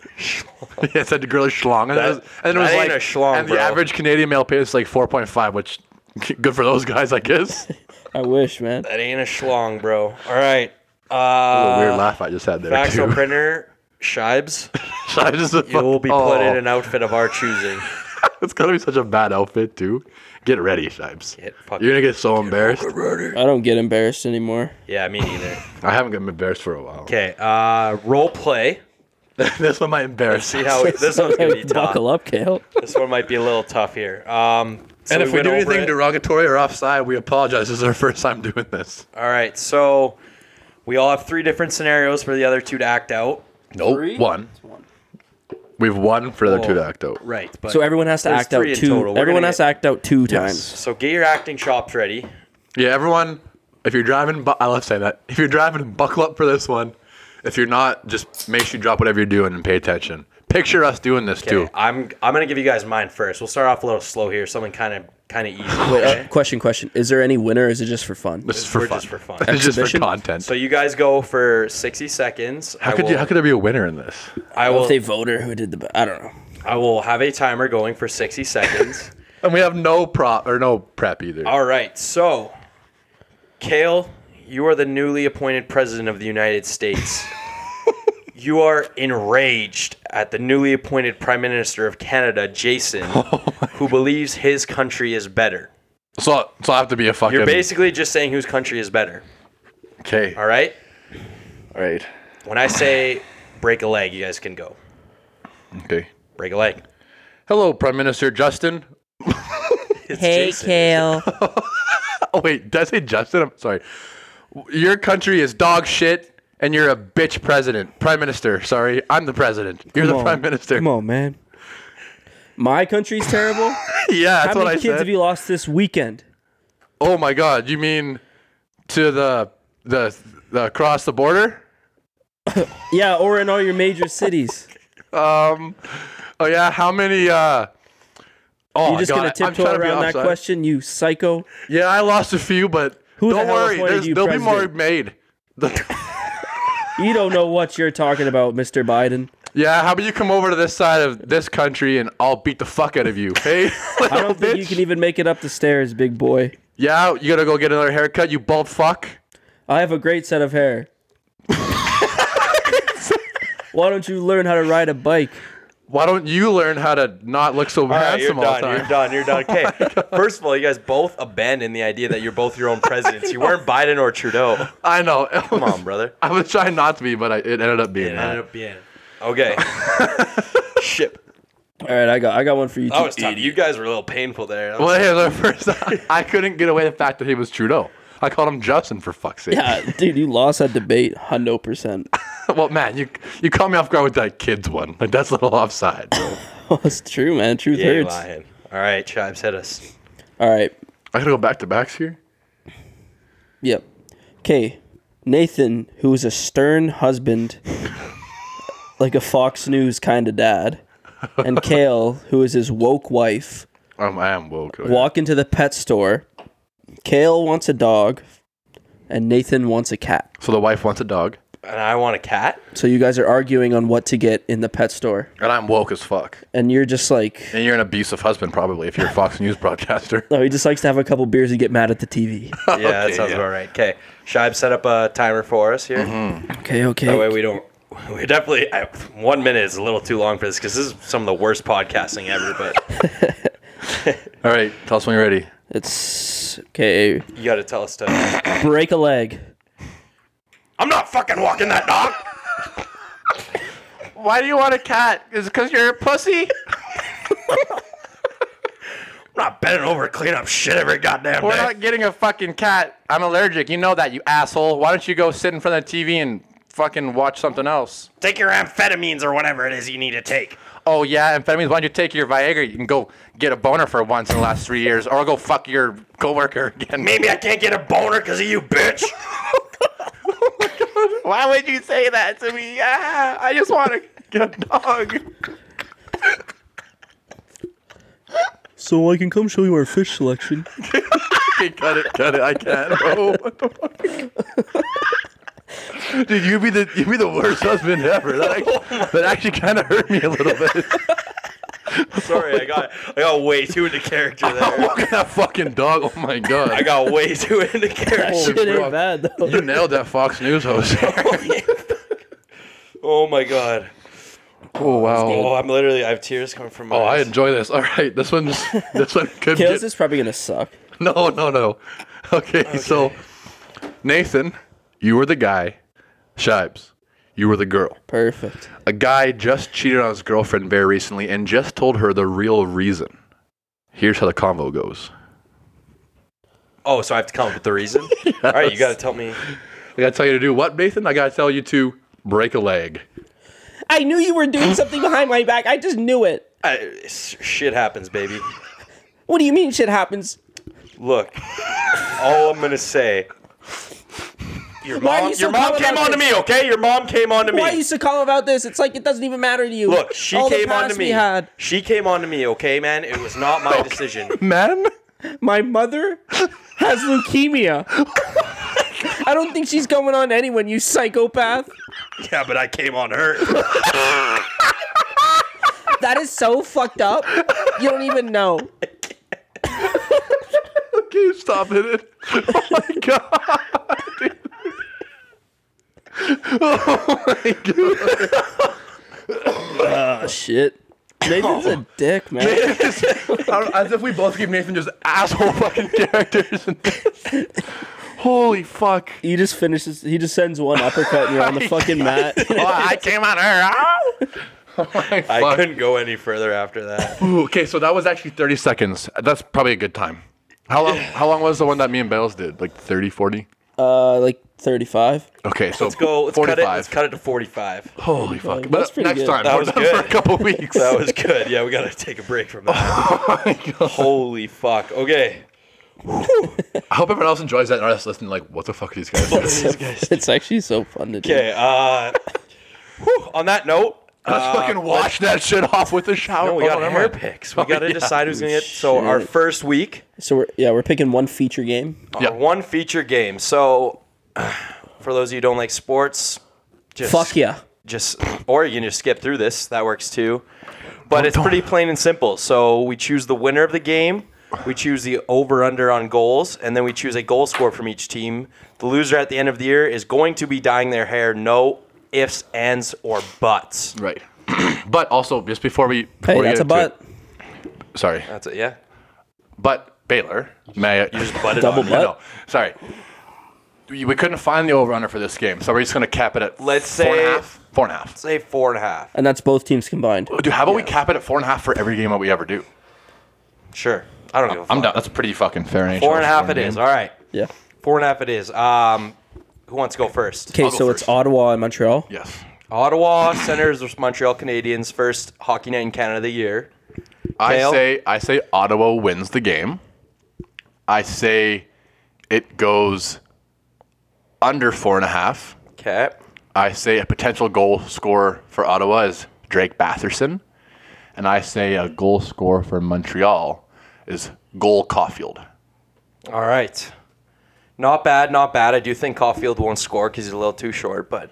yeah, it said the gorilla schlong. And, it was, and it
that
was
ain't
like,
a schlong,
and
bro.
the average Canadian male pay is like 4.5, which good for those guys, I guess.
I wish, man.
That ain't a schlong, bro. All right. Uh,
a weird laugh I just had there.
Faxo
too.
printer, Shibes.
I just
You will be put
Oh.
in an outfit of our choosing.
It's gonna be such a bad outfit too. Get ready, Shibes.
Get fucking-
You're gonna get so embarrassed.
I don't get embarrassed anymore.
Yeah, me neither.
I haven't gotten embarrassed for a while.
Okay. Uh, role play.
this one might embarrass.
See how this one's gonna be tough.
Buckle up, Kale.
This one might be a little tough here. Um, so
and if we
went
do
over
anything
it.
derogatory or offside, we apologize. This is our first time doing this.
all right. So we all have three different scenarios for the other two to act out.
Nope. One. We've one for the other two
Oh.
to act out.
Right. But
So everyone has to
There's
act out
three in
two.
total. We're
Everyone
gonna
has
get-
to act out two times.
Yes.
so get your acting chops ready.
Yeah, everyone. If you're driving, bu- I love saying that. If you're driving, buckle up for this one. If you're not, just make sure you drop whatever you're doing and pay attention. Picture us doing this too.
Okay, I'm I'm gonna give you guys mine first. We'll start off a little slow here. Something kind of kind of easy. okay?
Question, question. Is there any winner? Or is it just for fun?
This is for
We're
fun.
just for fun.
This is just for
Exhibition?
content.
So you guys go for 60 seconds.
how
I
could
will,
you? How could there be a winner in this?
I
Well,
will
if they vote or who did the, b- I don't know.
I will have a timer going for 60 seconds.
And we have no prop or no prep either.
All right, so Kale, you are the newly appointed president of the United States. you are enraged at the newly appointed Prime Minister of Canada, Jason, who believes his country is better.
So, so I have to be a fucking.
You're basically just saying whose country is better.
okay.
All right?
All right.
When I say break a leg, you guys can go.
Okay.
Break a leg.
Hello, Prime Minister Justin.
It's
Hey,
Jason.
Kale.
Oh wait, did I say Justin? I'm sorry. Your country is dog shit, and you're a bitch president, prime minister. Sorry, I'm the president. You're the
Come on.
prime minister.
Come on, man.
My country's terrible.
Yeah, that's
How
what I
many kids
said.
have you lost this weekend?
oh my god, you mean to the the, the across the border?
Yeah, or in all your major cities.
Um. Oh yeah, how many? uh Oh,
You're just
God,
gonna
I'm
tiptoe
trying to be
around that
offside.
question, you psycho.
Yeah, I lost a few, but
Who the
don't
hell
worry,
appointed
there's,
you
there'll be more
president?
made. The-
You don't know what you're talking about, Mr. Biden.
yeah, how about you come over to this side of this country and I'll beat the fuck out of you? Hey,
I don't think you can even make it up the stairs, big boy.
Yeah, you gotta go get another haircut, you bald fuck.
I have a great set of hair. Why don't you learn how to ride a bike?
Why don't you learn how to not look so
All right, you're
handsome all
done.
the time?
You're done. You're done. Okay. First of all, you guys both abandoned the idea that you're both your own presidents. You weren't Biden or Trudeau.
I know.
Come on, brother.
I was trying not to be, but I, it ended up being
It
that.
ended up being. Okay. Shit.
All right, I got I got one for you.
That
Too.
was tough. You guys were a little painful there. That was-
well, yeah, the first I, couldn't get away the fact that he was Trudeau. I called him Justin for fuck's sake.
Yeah, dude, you lost that debate, hundred percent.
well, man, you you caught me off guard with that kids one. Like that's a little offside. bro.
That's true, man. Truth
yeah, you're
hurts.
lying. All right, Chives, hit us.
All right.
I gotta go back to backs here.
Yep. Okay. Nathan, who is a stern husband, like a Fox News kind of dad, and Kale, who is his woke wife,
Um, I am woke. okay.
walk into the pet store. Kale wants a dog, and Nathan wants a cat.
So the wife wants a dog,
And I want a cat.
So you guys are arguing on what to get in the pet store,
and I'm woke as fuck.
and you're just like,
And you're an abusive husband, probably, if you're a Fox News broadcaster.
no, he just likes to have a couple beers and get mad at the TV.
Yeah, that sounds about right. Okay, Shibe set up a timer for us here.
Okay, okay.
That way we don't. We definitely. I, one minute is a little too long for this because this is some of the worst podcasting ever. But
All right, tell us when you're ready.
It's okay.
you got to tell us to.
Break a leg.
I'm not fucking walking that dog.
Why do you want a cat? Is it because you're a pussy?
I'm not bending over to clean up shit every goddamn
We're
day.
not getting a fucking cat. I'm allergic. You know that, you asshole. Why don't you go sit in front of the TV and fucking watch something else?
Take your amphetamines or whatever it is you need to take.
Oh, yeah, amphetamines. Why don't you take your Viagra? You can go get a boner for once in the last three years, or go fuck your coworker again.
Maybe I can't get a boner because of you, bitch.
Why would you say that to me? Yeah, I just want to get a dog.
So I can come show you our fish selection.
Okay, cut it, cut it. I can't. Oh, what the fuck? Dude, you be the you be the worst husband ever. That actually, that actually kind of hurt me a little bit.
Sorry, I got I got way too into character there.
Look at that fucking dog. Oh my god.
I got way too into
Shit
character.
ain't
bro.
bad though.
you nailed that Fox News host.
Oh my god.
oh wow.
Oh, I'm literally I have tears coming from my
Oh, I
eyes.
enjoy this. All right, this one's this one could
Kale's
get,
is probably gonna suck.
no, no, no. Okay, so Nathan, you were the guy. Shibes, you were the girl.
Perfect.
A guy just cheated on his girlfriend very recently and just told her the real reason. Here's how the convo goes.
Oh, so I have to come up with the reason. All right, you got to tell me.
I gotta tell you to do what, Nathan? I gotta tell you to break a leg.
I knew you were doing something behind my back. I just knew it.
I, s- shit happens, baby.
What do you mean shit happens?
Look, all I'm gonna say. Your
Why are
mom,
you so
your mom
calm
came
about
on to
this?
me, okay? Your mom came on to me.
Why are you so calm about this? It's like it doesn't even matter to you.
Look, she
All the
came on to
past
me.
We had
She came on to me, okay, man? It was not my decision.
Man?
my mother has leukemia. I don't think she's going on anyone. You psychopath.
yeah, but I came on her.
I that is so fucked up. You don't even know.
Can you stop it? Oh my god. dude. Oh my god.
Shit. Nathan's a dick, man.
As if we both gave Nathan just asshole fucking characters. in this. Holy fuck.
He just finishes. He just sends one uppercut, and you're on the fucking mat.
Oh, I came on her. Ow! Oh my
I
fuck.
couldn't go any further after that.
Ooh, okay, so that was actually 30 seconds. That's probably a good time. How long How long was the one that me and Bales did? Like 30, 40?
Uh, like 35.
Okay, so
Let's go. Let's cut it. Let's cut it to 45.
Holy fuck.
that's
But
pretty
next
good.
time.
That
We're
was
done for
good.
a couple weeks.
That was good. Yeah, we gotta take a break from that.
Oh
Holy fuck. Okay.
I hope everyone else enjoys that and are just listening like, what the fuck are these guys doing?
It's actually so fun to do.
Okay. Uh, whew, on that note,
Let's fucking wash that shit off with a shower.
Uh, no, we
Oh,
got
never
hair
mind.
picks. We gotta
yeah.
decide who's gonna get. So our
Shit.
first week,
So we're yeah, we're picking one feature game.
Yeah.
our one feature game. So for those of you who don't like sports, just
Fuck yeah.
just or you can just skip through this. That works too. But it's pretty plain and simple. So we choose the winner of the game. We choose the over under on goals, and then we choose a goal score from each team. The loser at the end of the year is going to be dyeing their hair. No ifs, ands, or buts.
Right. but also, just before we. Before
Hey,
we
that's
get
a butt.
into it- sorry.
That's it. Yeah.
But Baylor, may I,
Just butted
Double
on.
butt.
No, sorry. We we couldn't find the over under for this game, so we're just gonna cap it at
Let's
four and a
say-
half. Four and a half.
Say four and a half.
And that's both teams combined.
Dude, how about we cap it at four and a half for every game that we ever do?
Sure. I don't give a fuck.
I'm down. That's pretty fucking fair. NHL
Four and a half it
scoring
is.
game.
All right.
Yeah.
Four and a half it is. Um, who wants to go first?
Okay,
I'll go
so
first.
it's Ottawa and Montreal.
Yes.
Ottawa Senators versus Montreal Canadiens. First hockey night in Canada of the year.
I
Kale?
say I say Ottawa wins the game. I say it goes under four and a half.
Okay.
I say a potential goal scorer for Ottawa is Drake Batherson. And I say a goal scorer for Montreal is Goal Caulfield.
All right. Not bad, not bad. I do think Caulfield won't score because he's a little too short, but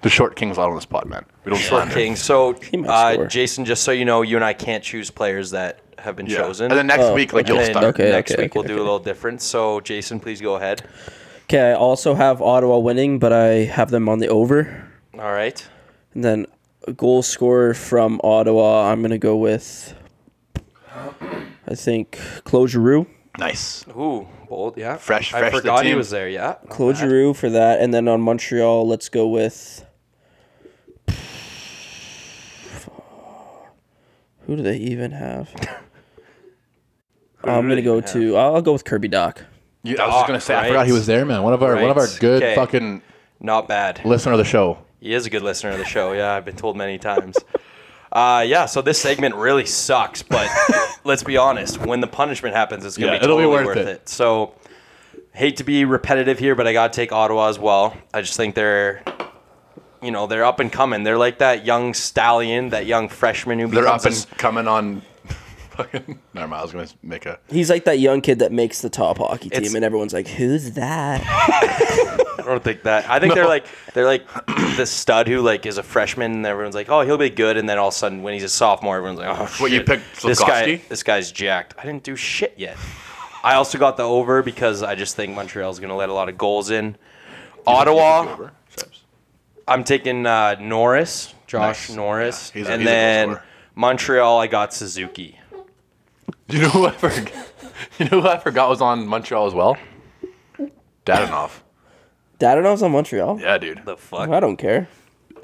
The short king's out on the spot, man. We don't
short
slander.
king. So,
might
uh,
score.
Jason, just so you know, you and I can't choose players that have been
Yeah.
chosen.
And then next week, like you'll
And
start.
Oh, Okay,
next
okay,
week
okay,
we'll do a little different. So, Jason, please go ahead.
Okay, I also have Ottawa winning, but I have them on the over.
All right.
And then a goal scorer from Ottawa, I'm gonna go with I think Claude Giroux.
Nice.
Ooh, bold, yeah.
Fresh-
I
fresh to
forgot he
team.
was there, yeah.
Claude Giroux for that. And then on Montreal, let's go with who do they even have? I'm gonna go to I'll go with Kirby Doc.
You- I was just
Doc,
gonna say I
right?
forgot he was there, man. One of our one of our
Right.
good
Okay.
fucking
Not bad.
listener of the show.
He is a good listener of the show. Yeah, I've been told many times. Uh, yeah, so this segment really sucks, but let's be honest. When the punishment happens, it's gonna
Yeah,
be
it'll
totally
be
worth,
worth
it.
it.
So, hate to be repetitive here, but I gotta take Ottawa as well. I just think they're, you know, they're up and coming. They're like that young stallion, that young freshman who
They're up
becomes a
and coming on. Fucking. Never mind. I was gonna make a.
He's like that young kid that makes the top hockey team,
It's-
and everyone's like, "Who's that?"
I don't think that. I think they're like they're like the stud who like is a freshman, and everyone's like, "Oh, he'll be good," and then all of a sudden, when he's a sophomore, everyone's like, "Oh,
What, you
shit,
picked
this guy?
Slafkovsky?
This guy's jacked." I didn't do shit yet. I also got the over because I just think Montreal's going to let a lot of goals in. Ottawa, I'm taking uh, Norris, Josh
Nice.
Norris,
Yeah, he's a-
and
he's a goal
then
scorer.
Montreal, I got Suzuki.
You know who I forgot? You know who I forgot was on Montreal as well. Dadanov.
Dadanov's on Montreal.
Yeah, dude.
The fuck?
I don't care.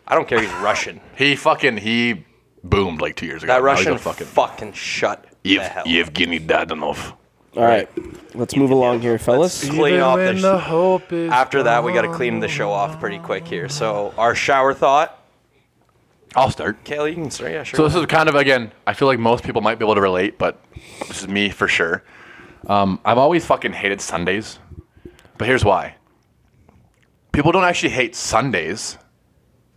I don't care. He's Russian.
He fucking he boomed like two years ago.
That
Now he's a
Russian
fucking
fucking, shut the hell.
Yev,
up.
Yevgeny Dadanov.
All right, let's move along here, fellas.
Clean off the, sh-
hope is
after that we got to clean the show off pretty quick here so our shower thought
I'll start.
kayla you can start yeah
So
sure
this is kind of again. I feel like most people might be able to relate, but this is me for sure. Um, I've always fucking hated Sundays, but here's why. People don't actually hate Sundays.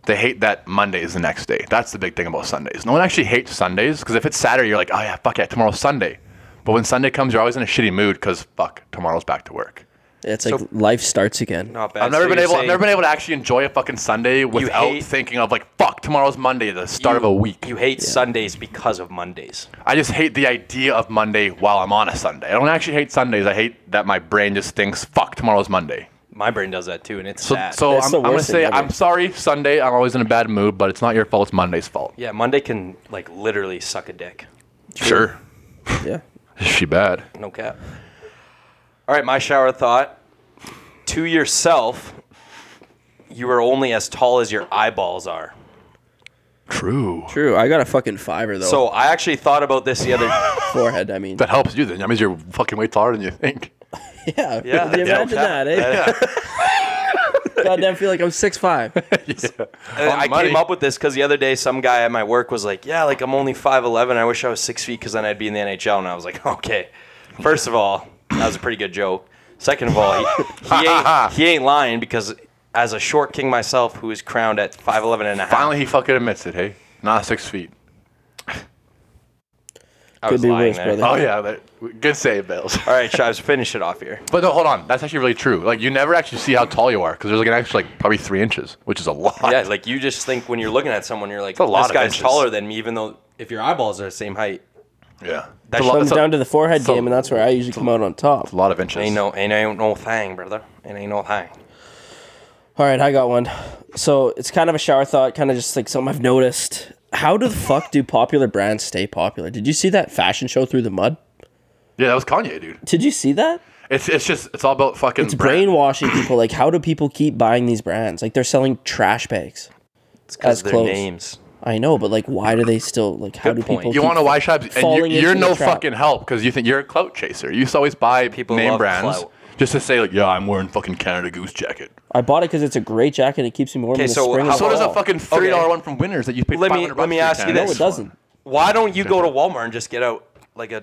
They hate that Monday is the next day. That's the big thing about Sundays. No one actually hates Sundays because if it's Saturday, you're like, oh yeah, fuck yeah, tomorrow's Sunday. But when Sunday comes, you're always in a shitty mood because fuck, tomorrow's back to work.
It's like life starts again.
Not bad.
I've never
So
been
you're
able. I've
saying
never been able to actually enjoy a fucking Sunday without
hate-
thinking of like, fuck, tomorrow's Monday, the start
you-
of a week.
You hate Sundays because of Mondays.
I just hate the idea of Monday while I'm on a Sunday. I don't actually hate Sundays. I hate that my brain just thinks, fuck, tomorrow's Monday.
My brain does that too, and it's
So,
sad.
so I'm,
That's
I'm
the
gonna
worst thing
say
ever.
I'm sorry, Sunday. I'm always in a bad mood, but it's not your fault. It's Monday's fault.
yeah, Monday can like literally suck a dick.
Sure,
Yeah.
is she bad?
No cap. All right, my shower thought. To yourself, you are only as tall as your eyeballs are.
True.
True. I got a fucking fiver though.
So I actually thought about this the other
forehead, I mean.
That helps you then. That means you're fucking way taller than you think.
Yeah.
Yeah.
Could you
Yeah.
imagine that, eh? Goddamn feel like I'm six five. Uh,
And
On the
I
money.
came up with this because the other day some guy at my work was like, "Yeah, like I'm only 5'11. I wish I was six feet because then I'd be in the NHL." And I was like, "Okay." First of all, that was a pretty good joke. Second of all, he, he, ain't, he ain't lying because as a short king myself, who is crowned at 5'11 and a half,
Finally, he fucking admits it. Hey, not six feet.
I
Could
was
be
lying
worse,
there.
brother.
Oh yeah, that, good save, Bills.
All right, Shives, finish it off here.
But no, hold on. That's actually really true. Like you never actually see how tall you are because there's like an extra like probably three inches, which is a lot.
Yeah, like you just think when you're looking at someone, you're like,
a lot
"This
of
guy's
inches.
taller than me," even though if your eyeballs are the same height,
yeah.
That
It's a lot-
Comes
it's a-
down to the forehead
so-
game, and that's where I usually come out on top.
a lot of inches.
ain't no, ain't, ain't no thing, brother. It ain't no thing.
All right, I got one. So it's kind of a shower thought, kind of just like something I've noticed. How do the fuck do popular brands stay popular? Did you see that fashion show through the mud?
Yeah, that was Kanye, dude.
Did you see that?
It's it's just it's all about fucking.
It's
brand.
brainwashing people. Like, how do people keep buying these brands? Like, they're selling trash bags.
It's because
As
their
close.
names.
I know, but like, why do they still like? How
Good
do
point.
people?
You
keep-
want to watch shops, and you,
falling
you're
into
no
the trap.
fucking help because you think you're a clout chaser. You used to always buy
People
name
love
brands
clout.
just to say like, yeah, I'm wearing fucking Canada Goose jacket.
I bought it because it's a great jacket. and It keeps me warm
Okay,
in the
so
spring.
how-
and
So
Oh,
does a
wow.
fucking three dollar
Okay.
one from Winners that you paid.
Let me-
500
let me
bucks for
ask you
Canada
this.
no,
Goose
it
one.
doesn't.
Why don't you go to Walmart and just get out like a?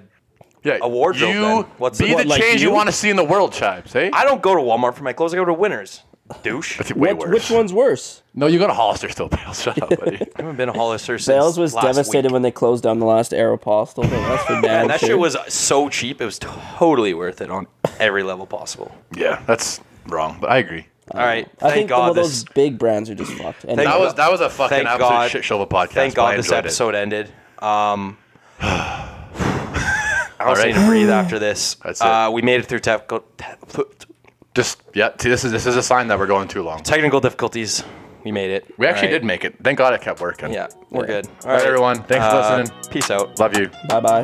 Yeah,
A wardrobe,
You
then. What's
be
the-
the
What,
like
change you,
you?
want to see in the world, Chives. Hey,
I don't go to Walmart for my clothes. I go to Winners. Douche. I
That's way
What-
worse.
which one's worse?
No, you go to Hollister still, pal. Shut up, buddy.
haven't been to Hollister since.
Bales was
last
devastated
week.
when they closed down the last Aeropostale. Like, that's for damn
And that
sure.
shit was so cheap. It was totally worth it on every level possible.
yeah, that's wrong, but I agree.
All right.
I
Thank
think all
God
those
this.
big brands are just fucked. And
Thank
That was that was a fucking
Thank
absolute
God.
shit show of a podcast.
Thank
but I
God this
enjoyed it.
episode ended. Um. I
All
was
right.
need to breathe after this.
That's it.
Uh, we made it through technical te-
Just yeah. See, this is this is a sign that we're going too long.
technical difficulties. We made it.
We actually
All right.
did make it. Thank God it kept working.
Yeah, we're good.
All right, everyone. Thanks for
Uh,
listening.
Peace out.
Love you.
bye bye.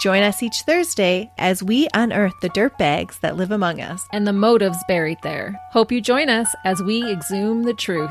Join us each Thursday as we unearth the dirtbags that live among us.
and the motives buried there. Hope you join us as we exhume the truth.